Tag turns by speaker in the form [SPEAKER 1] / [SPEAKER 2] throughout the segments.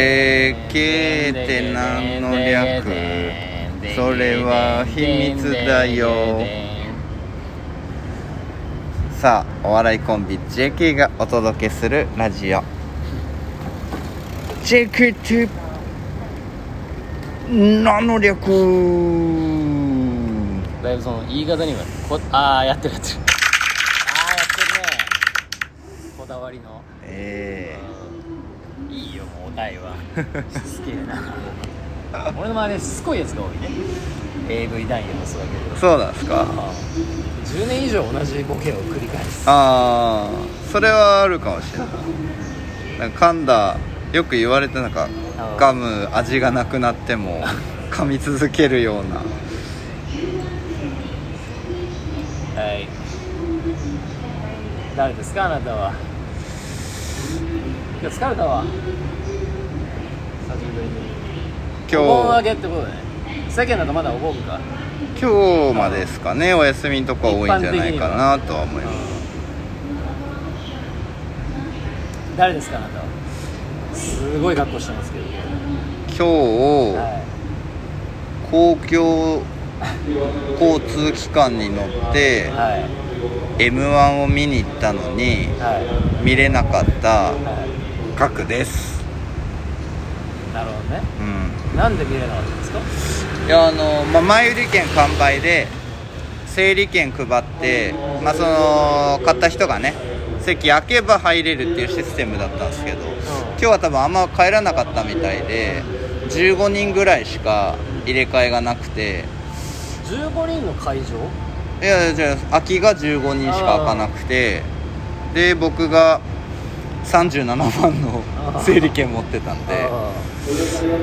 [SPEAKER 1] JK って何の略それは秘密だよさあお笑いコンビ JK がお届けするラジオ JK って何の略
[SPEAKER 2] だいぶその言い方にはこああやってるやってるああやってるねこだわりの
[SPEAKER 1] え
[SPEAKER 2] うんいいよもうお題 はすげえな俺の周りしつこいやつが多いね AV 男優もそうだけ
[SPEAKER 1] ー、
[SPEAKER 2] ど
[SPEAKER 1] そうなんですか
[SPEAKER 2] あー10年以上同じボケを繰り返す
[SPEAKER 1] ああそれはあるかもしれないなんか噛んだよく言われてなんか
[SPEAKER 2] あー
[SPEAKER 1] ガム味がなくなって も噛み続けるような
[SPEAKER 2] はい誰ですかあなたは今日疲れたわ久しぶりにお盆
[SPEAKER 1] 今
[SPEAKER 2] 明
[SPEAKER 1] 日
[SPEAKER 2] けってことだね世間だとまだお盆か
[SPEAKER 1] 今日までですかねお休みのとこは多いんじゃないかなとは思います
[SPEAKER 2] 誰ですかあなたはすごい格好してますけど
[SPEAKER 1] 今日
[SPEAKER 2] はい
[SPEAKER 1] 公共交通機関に乗って
[SPEAKER 2] はい
[SPEAKER 1] m 1を見に行ったのに
[SPEAKER 2] はい
[SPEAKER 1] 見れなかった
[SPEAKER 2] は
[SPEAKER 1] 角です
[SPEAKER 2] いなるほどね
[SPEAKER 1] うん
[SPEAKER 2] なんで見れなかったんですか
[SPEAKER 1] いやあの、まあ、前売り券完売で整理券配って、まあ、その買った人がね席空けば入れるっていうシステムだったんですけど今日は多分あんま帰らなかったみたいで15人ぐらいしか入れ替えがなくて
[SPEAKER 2] 15人の会場
[SPEAKER 1] いやじゃあ空きが15人しか開かなくてで僕が37番の
[SPEAKER 2] あー
[SPEAKER 1] 整理券持ってたんで
[SPEAKER 2] あ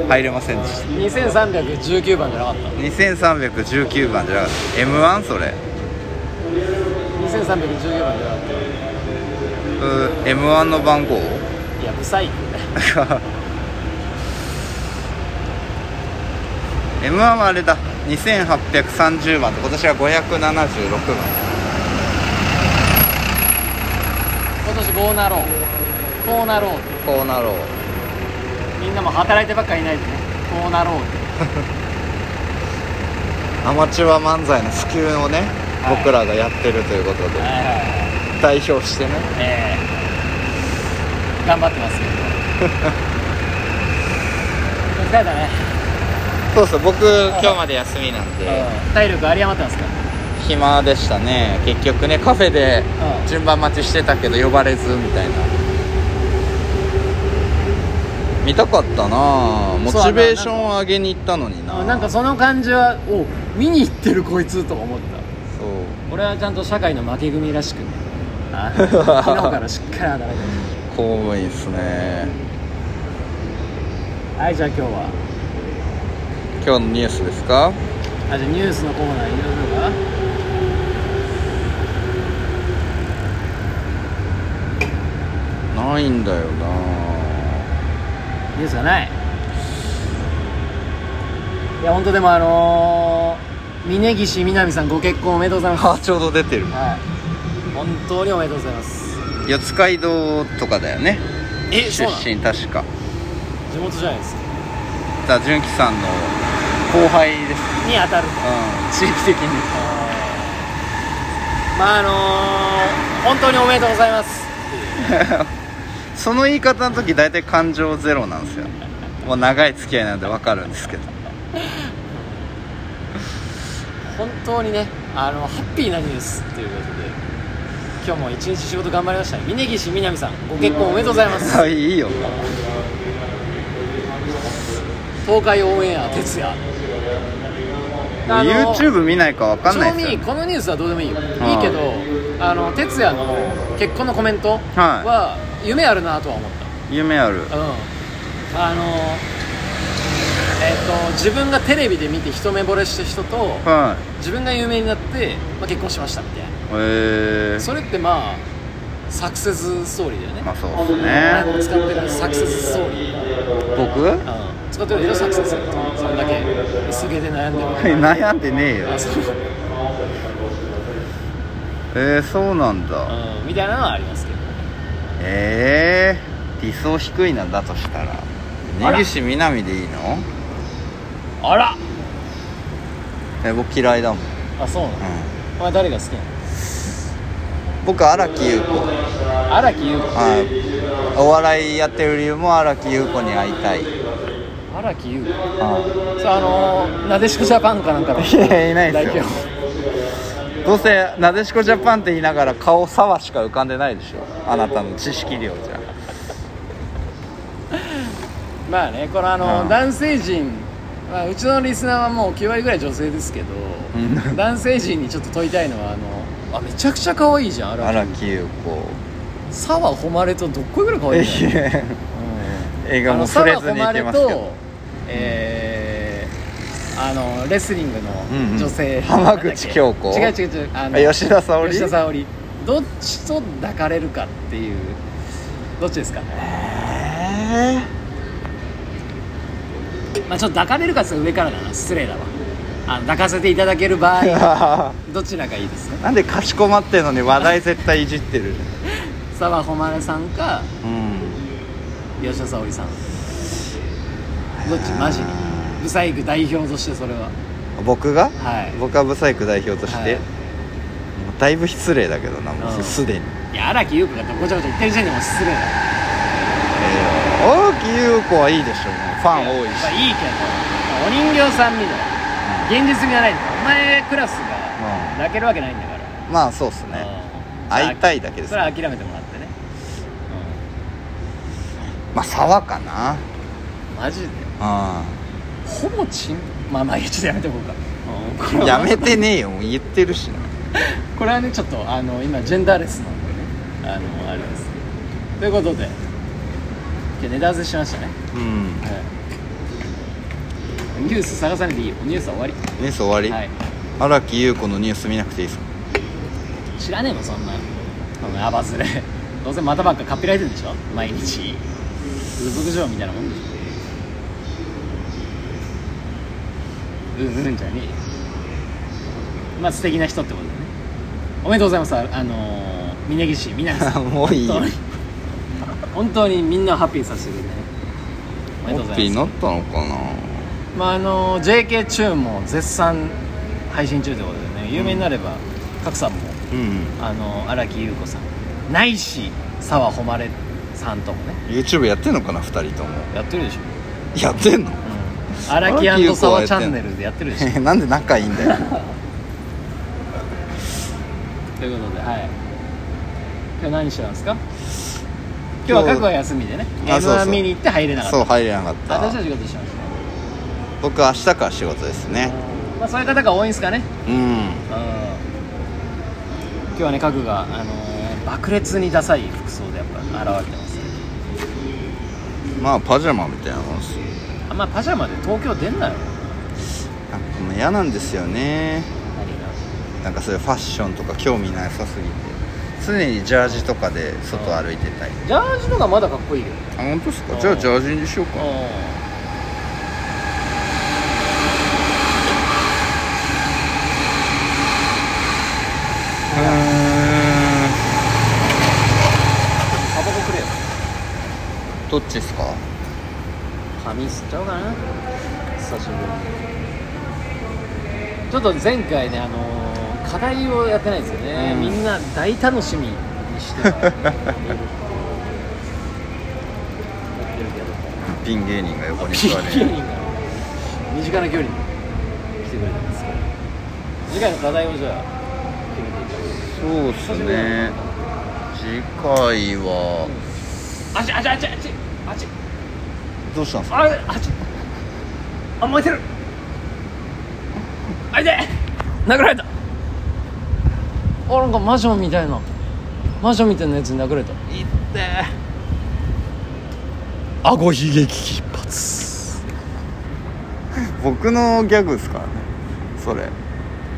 [SPEAKER 1] 入れませんでした
[SPEAKER 2] ー2319番じゃなかった
[SPEAKER 1] 2319番じゃなかった m 1それ
[SPEAKER 2] 2319番じゃなかっ
[SPEAKER 1] m 1の番号
[SPEAKER 2] たいやブサイク
[SPEAKER 1] m 1はあれだ2830番と今年は576番
[SPEAKER 2] 今年こうなろうこうなろうって
[SPEAKER 1] こうなろう
[SPEAKER 2] みんなも働いてばっかりいないでねこうなろうって
[SPEAKER 1] アマチュア漫才の普及をね、
[SPEAKER 2] はい
[SPEAKER 1] 僕らがやってるということで
[SPEAKER 2] はいはいはい
[SPEAKER 1] 代表してね
[SPEAKER 2] ええ頑張ってますけど 疲れたね、
[SPEAKER 1] そうそう僕今日まで休みなんで
[SPEAKER 2] 体力有り余ってますか
[SPEAKER 1] 暇でしたね結局ねカフェで
[SPEAKER 2] うん
[SPEAKER 1] 順番待ちしてたけど呼ばれずみたいな見たかったなあモチベーションを上げに行ったのにな
[SPEAKER 2] なんかその感じはお見に行ってるこいつとか思った
[SPEAKER 1] そう
[SPEAKER 2] 俺はちゃんと社会の負け組らしくねあ 昨日からしっかり働いてま
[SPEAKER 1] 公務員っすね
[SPEAKER 2] したはいじゃあ今日は
[SPEAKER 1] 今日のニュースですか
[SPEAKER 2] あじゃあニュースのコーナーに行きましょうか
[SPEAKER 1] ないんだよな
[SPEAKER 2] ニュースがないいや本当でもあのー、峯岸みなみさんご結婚おめでとうございま す
[SPEAKER 1] あちょうど出てる
[SPEAKER 2] はい本当におめでとうございます
[SPEAKER 1] 四街道とかだよね
[SPEAKER 2] え
[SPEAKER 1] 出
[SPEAKER 2] そうなの
[SPEAKER 1] 身確か
[SPEAKER 2] 地元じゃないですか
[SPEAKER 1] だ純喜さんの後輩です
[SPEAKER 2] に当たる
[SPEAKER 1] うん地域的に
[SPEAKER 2] まああのー、本当におめでとうございます
[SPEAKER 1] その言い方の時大体感情ゼロなんですよもう長い付き合いなんで分かるんですけど
[SPEAKER 2] 本当にねあのハッピーなニュースっていうことで今日も一日仕事頑張りましたね峯岸みなみさんご結婚おめでとうございます
[SPEAKER 1] あいいよ
[SPEAKER 2] 東海オンエア徹夜あの
[SPEAKER 1] YouTube 見ないか分かんない
[SPEAKER 2] 正
[SPEAKER 1] です
[SPEAKER 2] 味
[SPEAKER 1] よ
[SPEAKER 2] このニュースはどうでもいいよいい
[SPEAKER 1] あ
[SPEAKER 2] けどあの哲也の結婚のコメントは夢あるなとは思っ
[SPEAKER 1] 夢ある
[SPEAKER 2] た、うんあのえっ、と自分がテレビで見て一目惚れした人と
[SPEAKER 1] は
[SPEAKER 2] 自分が有名になって、まあ、結婚しましたみたいない
[SPEAKER 1] えー、
[SPEAKER 2] それってまあサクセスストーリーだよね
[SPEAKER 1] まあそうですね
[SPEAKER 2] 前も使ってるサクセスストーリー、
[SPEAKER 1] 僕
[SPEAKER 2] うん、使ってるでしょサクセスってそれだけ薄毛で悩んでる
[SPEAKER 1] 悩んでねえよ
[SPEAKER 2] あそう
[SPEAKER 1] えー、そうなんだ
[SPEAKER 2] うんみたいなのはありますけど
[SPEAKER 1] えー、理想低いなだとしたら根岸みなみでいいの
[SPEAKER 2] あら
[SPEAKER 1] え僕嫌いだもん、うん、
[SPEAKER 2] あそうなのお前誰が好きな
[SPEAKER 1] 僕荒木優子
[SPEAKER 2] の荒木優子
[SPEAKER 1] はいお笑いやってる理由も荒木優子に会いたい、
[SPEAKER 2] 荒木優子
[SPEAKER 1] は
[SPEAKER 2] それあのーなでしこジャパンかなんかの
[SPEAKER 1] い、いやいない
[SPEAKER 2] 代
[SPEAKER 1] です
[SPEAKER 2] 表
[SPEAKER 1] よどうせなでしこジャパンって言いながら顔沢しか浮かんでないでしょあなたの知識量じゃ
[SPEAKER 2] まあねこのあの、
[SPEAKER 1] うん
[SPEAKER 2] 男性陣、まあ、うちのリスナーはもう9割ぐらい女性ですけど、
[SPEAKER 1] うん
[SPEAKER 2] 男性陣にちょっと問いたいのはあのあめちゃくちゃ可愛いじゃん荒
[SPEAKER 1] 荒
[SPEAKER 2] 木
[SPEAKER 1] 木優子
[SPEAKER 2] 沢誉れとどっこいぐらい可愛いじゃん、
[SPEAKER 1] いや 映
[SPEAKER 2] うん、
[SPEAKER 1] 画
[SPEAKER 2] あ
[SPEAKER 1] も
[SPEAKER 2] の
[SPEAKER 1] 触れ
[SPEAKER 2] 沢
[SPEAKER 1] ずに行
[SPEAKER 2] 誉
[SPEAKER 1] け
[SPEAKER 2] れ
[SPEAKER 1] ますけど
[SPEAKER 2] とえー、あのレスリング
[SPEAKER 1] うんうん
[SPEAKER 2] の女性、
[SPEAKER 1] 浜口京子
[SPEAKER 2] 違う違う違うあの
[SPEAKER 1] あ吉田沙保里
[SPEAKER 2] 吉田沙保里どっちと抱かれるかっていうどっちですか
[SPEAKER 1] え
[SPEAKER 2] まあちょっと抱かれるかって言ったら上からだな失礼だわあの抱かせていただける場 合
[SPEAKER 1] ー
[SPEAKER 2] どちらがいいですか
[SPEAKER 1] なんでかしこまってんのに話題絶対いじってる
[SPEAKER 2] 澤穂希さんか
[SPEAKER 1] うん
[SPEAKER 2] 吉田沙保里さんどっちマジにブサイク代表としてそれは
[SPEAKER 1] 僕が
[SPEAKER 2] はい
[SPEAKER 1] 僕はブサイク代表として、
[SPEAKER 2] はい
[SPEAKER 1] もうだいぶ失礼だけどなも
[SPEAKER 2] う
[SPEAKER 1] うんすでに、
[SPEAKER 2] いや荒木優子がごちゃごちゃ言ってる時点でもう失礼だ
[SPEAKER 1] 荒木優子はいいでしょもうファン多い
[SPEAKER 2] まあ
[SPEAKER 1] し、
[SPEAKER 2] いいけどお人形さんみたいな現実味がないんだお前クラスが
[SPEAKER 1] う
[SPEAKER 2] 泣けるわけないんだから
[SPEAKER 1] んまあそうっすね
[SPEAKER 2] うん
[SPEAKER 1] 会いたいだけです
[SPEAKER 2] それは諦めてもらってね
[SPEAKER 1] まあ沢かな
[SPEAKER 2] うんマジで
[SPEAKER 1] う
[SPEAKER 2] ほぼチンまあまあいやちょっとやめておこうかうんこれ
[SPEAKER 1] んや
[SPEAKER 2] は
[SPEAKER 1] めてねえよもう言ってるしな
[SPEAKER 2] これはねちょっとあの今ジェンダーレスなんでねあのあれですということで今日ネタ合わせしましたね、
[SPEAKER 1] うん
[SPEAKER 2] はい、ニュース探さないでいいよニュースは終わり
[SPEAKER 1] ニュース終わり
[SPEAKER 2] はい、
[SPEAKER 1] 荒、木優子のニュース見なくていいですか
[SPEAKER 2] 知らねえもんそんなこのアバズレどうせまたばっかかっぴらいてるんでしょ毎日風俗嬢みたいなもんでしょうんうんじゃねえよまあ素敵な人ってことだねおめでとうございますああのー峯岸みなみさん
[SPEAKER 1] もういいよ
[SPEAKER 2] 本当に本当にみんなをハッピーさせてくれてねおめで
[SPEAKER 1] ホ
[SPEAKER 2] とう
[SPEAKER 1] ッ
[SPEAKER 2] ござ
[SPEAKER 1] ピー
[SPEAKER 2] い
[SPEAKER 1] に
[SPEAKER 2] ま
[SPEAKER 1] なったのかな
[SPEAKER 2] すまああの JK チューンも絶賛配信中ということでね有名になれば、賀来さんも
[SPEAKER 1] うん
[SPEAKER 2] あの荒木優子さんないし澤穂希さんともね
[SPEAKER 1] YouTube やってんのかな2人とも
[SPEAKER 2] やってるでしょ、
[SPEAKER 1] やってんの
[SPEAKER 2] うん、荒木優子澤チャンネルでやってるでしょ
[SPEAKER 1] なんで仲いいんだ よ
[SPEAKER 2] ということではい今日何してたんですか今日は各は休みでね
[SPEAKER 1] あ
[SPEAKER 2] m
[SPEAKER 1] そうそう
[SPEAKER 2] 1見に行って入れなかった
[SPEAKER 1] そう入れなかっ
[SPEAKER 2] 私は
[SPEAKER 1] た
[SPEAKER 2] 仕事しました
[SPEAKER 1] 僕明日から仕事ですね
[SPEAKER 2] まあそういう方が多いんですかね
[SPEAKER 1] うん
[SPEAKER 2] うん今日はね各が、あのー爆裂にダサい服装でやっぱ現れてますね
[SPEAKER 1] まあパジャマみたいなもんですよ
[SPEAKER 2] あんまパジャマで東京出んな
[SPEAKER 1] なん
[SPEAKER 2] よ
[SPEAKER 1] かもう嫌なんですよね
[SPEAKER 2] 何が
[SPEAKER 1] なんかそういうファッションとか興味なさすぎて常にジャージとかで外歩いてたり
[SPEAKER 2] ジャージのがまだかっこいいけど
[SPEAKER 1] あ本当ですかじゃあジャージにしようかう
[SPEAKER 2] タバコくれよ
[SPEAKER 1] ーんどっちですか
[SPEAKER 2] 髪吸っちゃおうかな久しぶりにちょっと前回ねあのー課題をやってないですよね、
[SPEAKER 1] うん
[SPEAKER 2] みんな大楽しみにしてたやってるけど
[SPEAKER 1] ピン芸人が横に
[SPEAKER 2] ピ
[SPEAKER 1] 座
[SPEAKER 2] ッキ
[SPEAKER 1] れ
[SPEAKER 2] リ
[SPEAKER 1] る
[SPEAKER 2] が身近な距離に来てくれたんですけど次回の課題をじゃあ決めていきましょう
[SPEAKER 1] そうっすね次回は
[SPEAKER 2] あちあちあちあちあち
[SPEAKER 1] どうしたんですか
[SPEAKER 2] あれあちあ燃えてるあいで殴られたあなんか魔女みたいな魔女みたいなやつに殴られたいって顎悲劇一発
[SPEAKER 1] 僕のギャグですからねそれ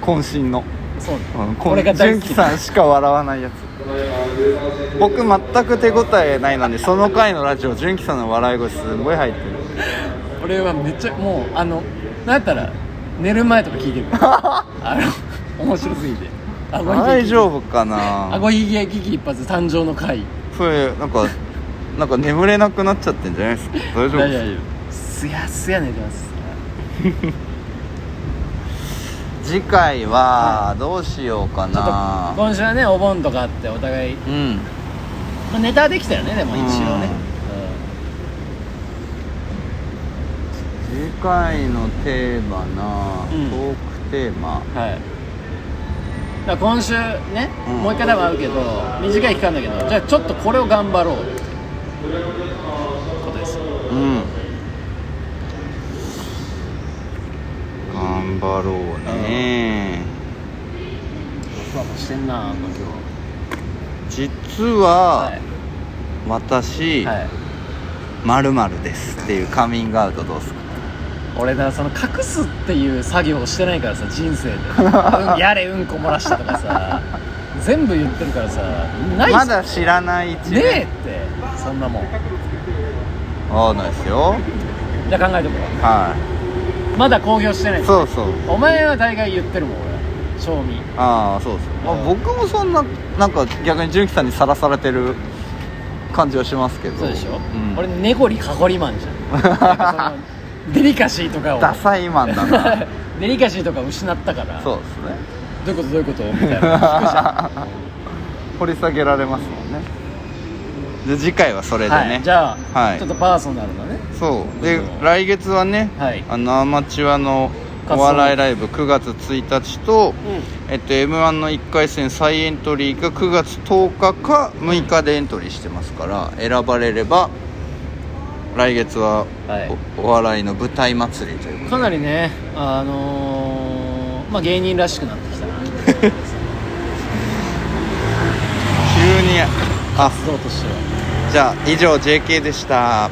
[SPEAKER 1] 渾身の
[SPEAKER 2] そう
[SPEAKER 1] うんこ
[SPEAKER 2] 俺
[SPEAKER 1] れ
[SPEAKER 2] が
[SPEAKER 1] が
[SPEAKER 2] 大
[SPEAKER 1] 純
[SPEAKER 2] 好き
[SPEAKER 1] 喜さんしか笑わないやつ僕全く手応えないのにその回のラジオ純喜さんの笑い声すごい入ってる
[SPEAKER 2] 俺はめっちゃもうあのなんやったら寝る前とか聞いてるからあの面白すぎて顎悲
[SPEAKER 1] 大
[SPEAKER 2] 劇
[SPEAKER 1] 丈夫かな
[SPEAKER 2] 顎ひげ危機一発誕生の回
[SPEAKER 1] それなんかなんか眠れなくなっちゃってんじゃないですか大丈夫
[SPEAKER 2] 大
[SPEAKER 1] で
[SPEAKER 2] 丈夫すやすや寝てます
[SPEAKER 1] す次回はどうしようか
[SPEAKER 2] ちょっと
[SPEAKER 1] な
[SPEAKER 2] 今週はねお盆とかあってお互い、
[SPEAKER 1] うん
[SPEAKER 2] まあ、ネタはできたよねでも一応ね、
[SPEAKER 1] 次回のテーマな、
[SPEAKER 2] うん
[SPEAKER 1] トークテーマ
[SPEAKER 2] うんはいだから今週ね、
[SPEAKER 1] うん
[SPEAKER 2] もう一回多分会うけど短い期間だけどじゃあちょっとこれを頑張ろうことですよ
[SPEAKER 1] うん頑張ろうね、
[SPEAKER 2] ふわふわしてんな今日
[SPEAKER 1] 実は、
[SPEAKER 2] はい
[SPEAKER 1] 私
[SPEAKER 2] はい
[SPEAKER 1] まるまるですっていうカミングアウトどうですか
[SPEAKER 2] 俺だその隠すっていう作業をしてないからさ人 生で、うんやれうんこ漏らしたとかさ全部言ってるからさないっ
[SPEAKER 1] ます
[SPEAKER 2] ね
[SPEAKER 1] だ知らない一面
[SPEAKER 2] えってそんなもん
[SPEAKER 1] ああないですよ
[SPEAKER 2] じゃあ考えてもら
[SPEAKER 1] は
[SPEAKER 2] うまだ公表してない
[SPEAKER 1] いそうそう
[SPEAKER 2] お前は大概言ってるもん俺賞味
[SPEAKER 1] ああそうです、ま
[SPEAKER 2] う
[SPEAKER 1] あ、
[SPEAKER 2] ん
[SPEAKER 1] 僕もそんななんか逆に純喜さんにさらされてる感じはしますけど
[SPEAKER 2] そうでしょ、
[SPEAKER 1] ん、
[SPEAKER 2] 俺ねごりかごりマンじゃんなんか そのデリカシーとかを
[SPEAKER 1] ダサいマンだ な
[SPEAKER 2] デリカシーとか失ったから
[SPEAKER 1] そうですね
[SPEAKER 2] どういうことどういうことみたい な聞くじゃん
[SPEAKER 1] 掘り下げられますもんねで次回はそれでね、
[SPEAKER 2] はい、じゃあ、
[SPEAKER 1] はい
[SPEAKER 2] ちょっとパーソナルなね
[SPEAKER 1] そうで来月はね、
[SPEAKER 2] はい
[SPEAKER 1] あのアマチュアのお笑いライブ9月1日と、えっと、m 1の1回戦再エントリーが9月10日か6日でエントリーしてますから選ばれれば来月は
[SPEAKER 2] はい
[SPEAKER 1] お,、笑いの舞台祭りという
[SPEAKER 2] かなりねあのーまあ芸人らしくなってきたな
[SPEAKER 1] 急にあ
[SPEAKER 2] そうとしては
[SPEAKER 1] じゃあ以上 JK でした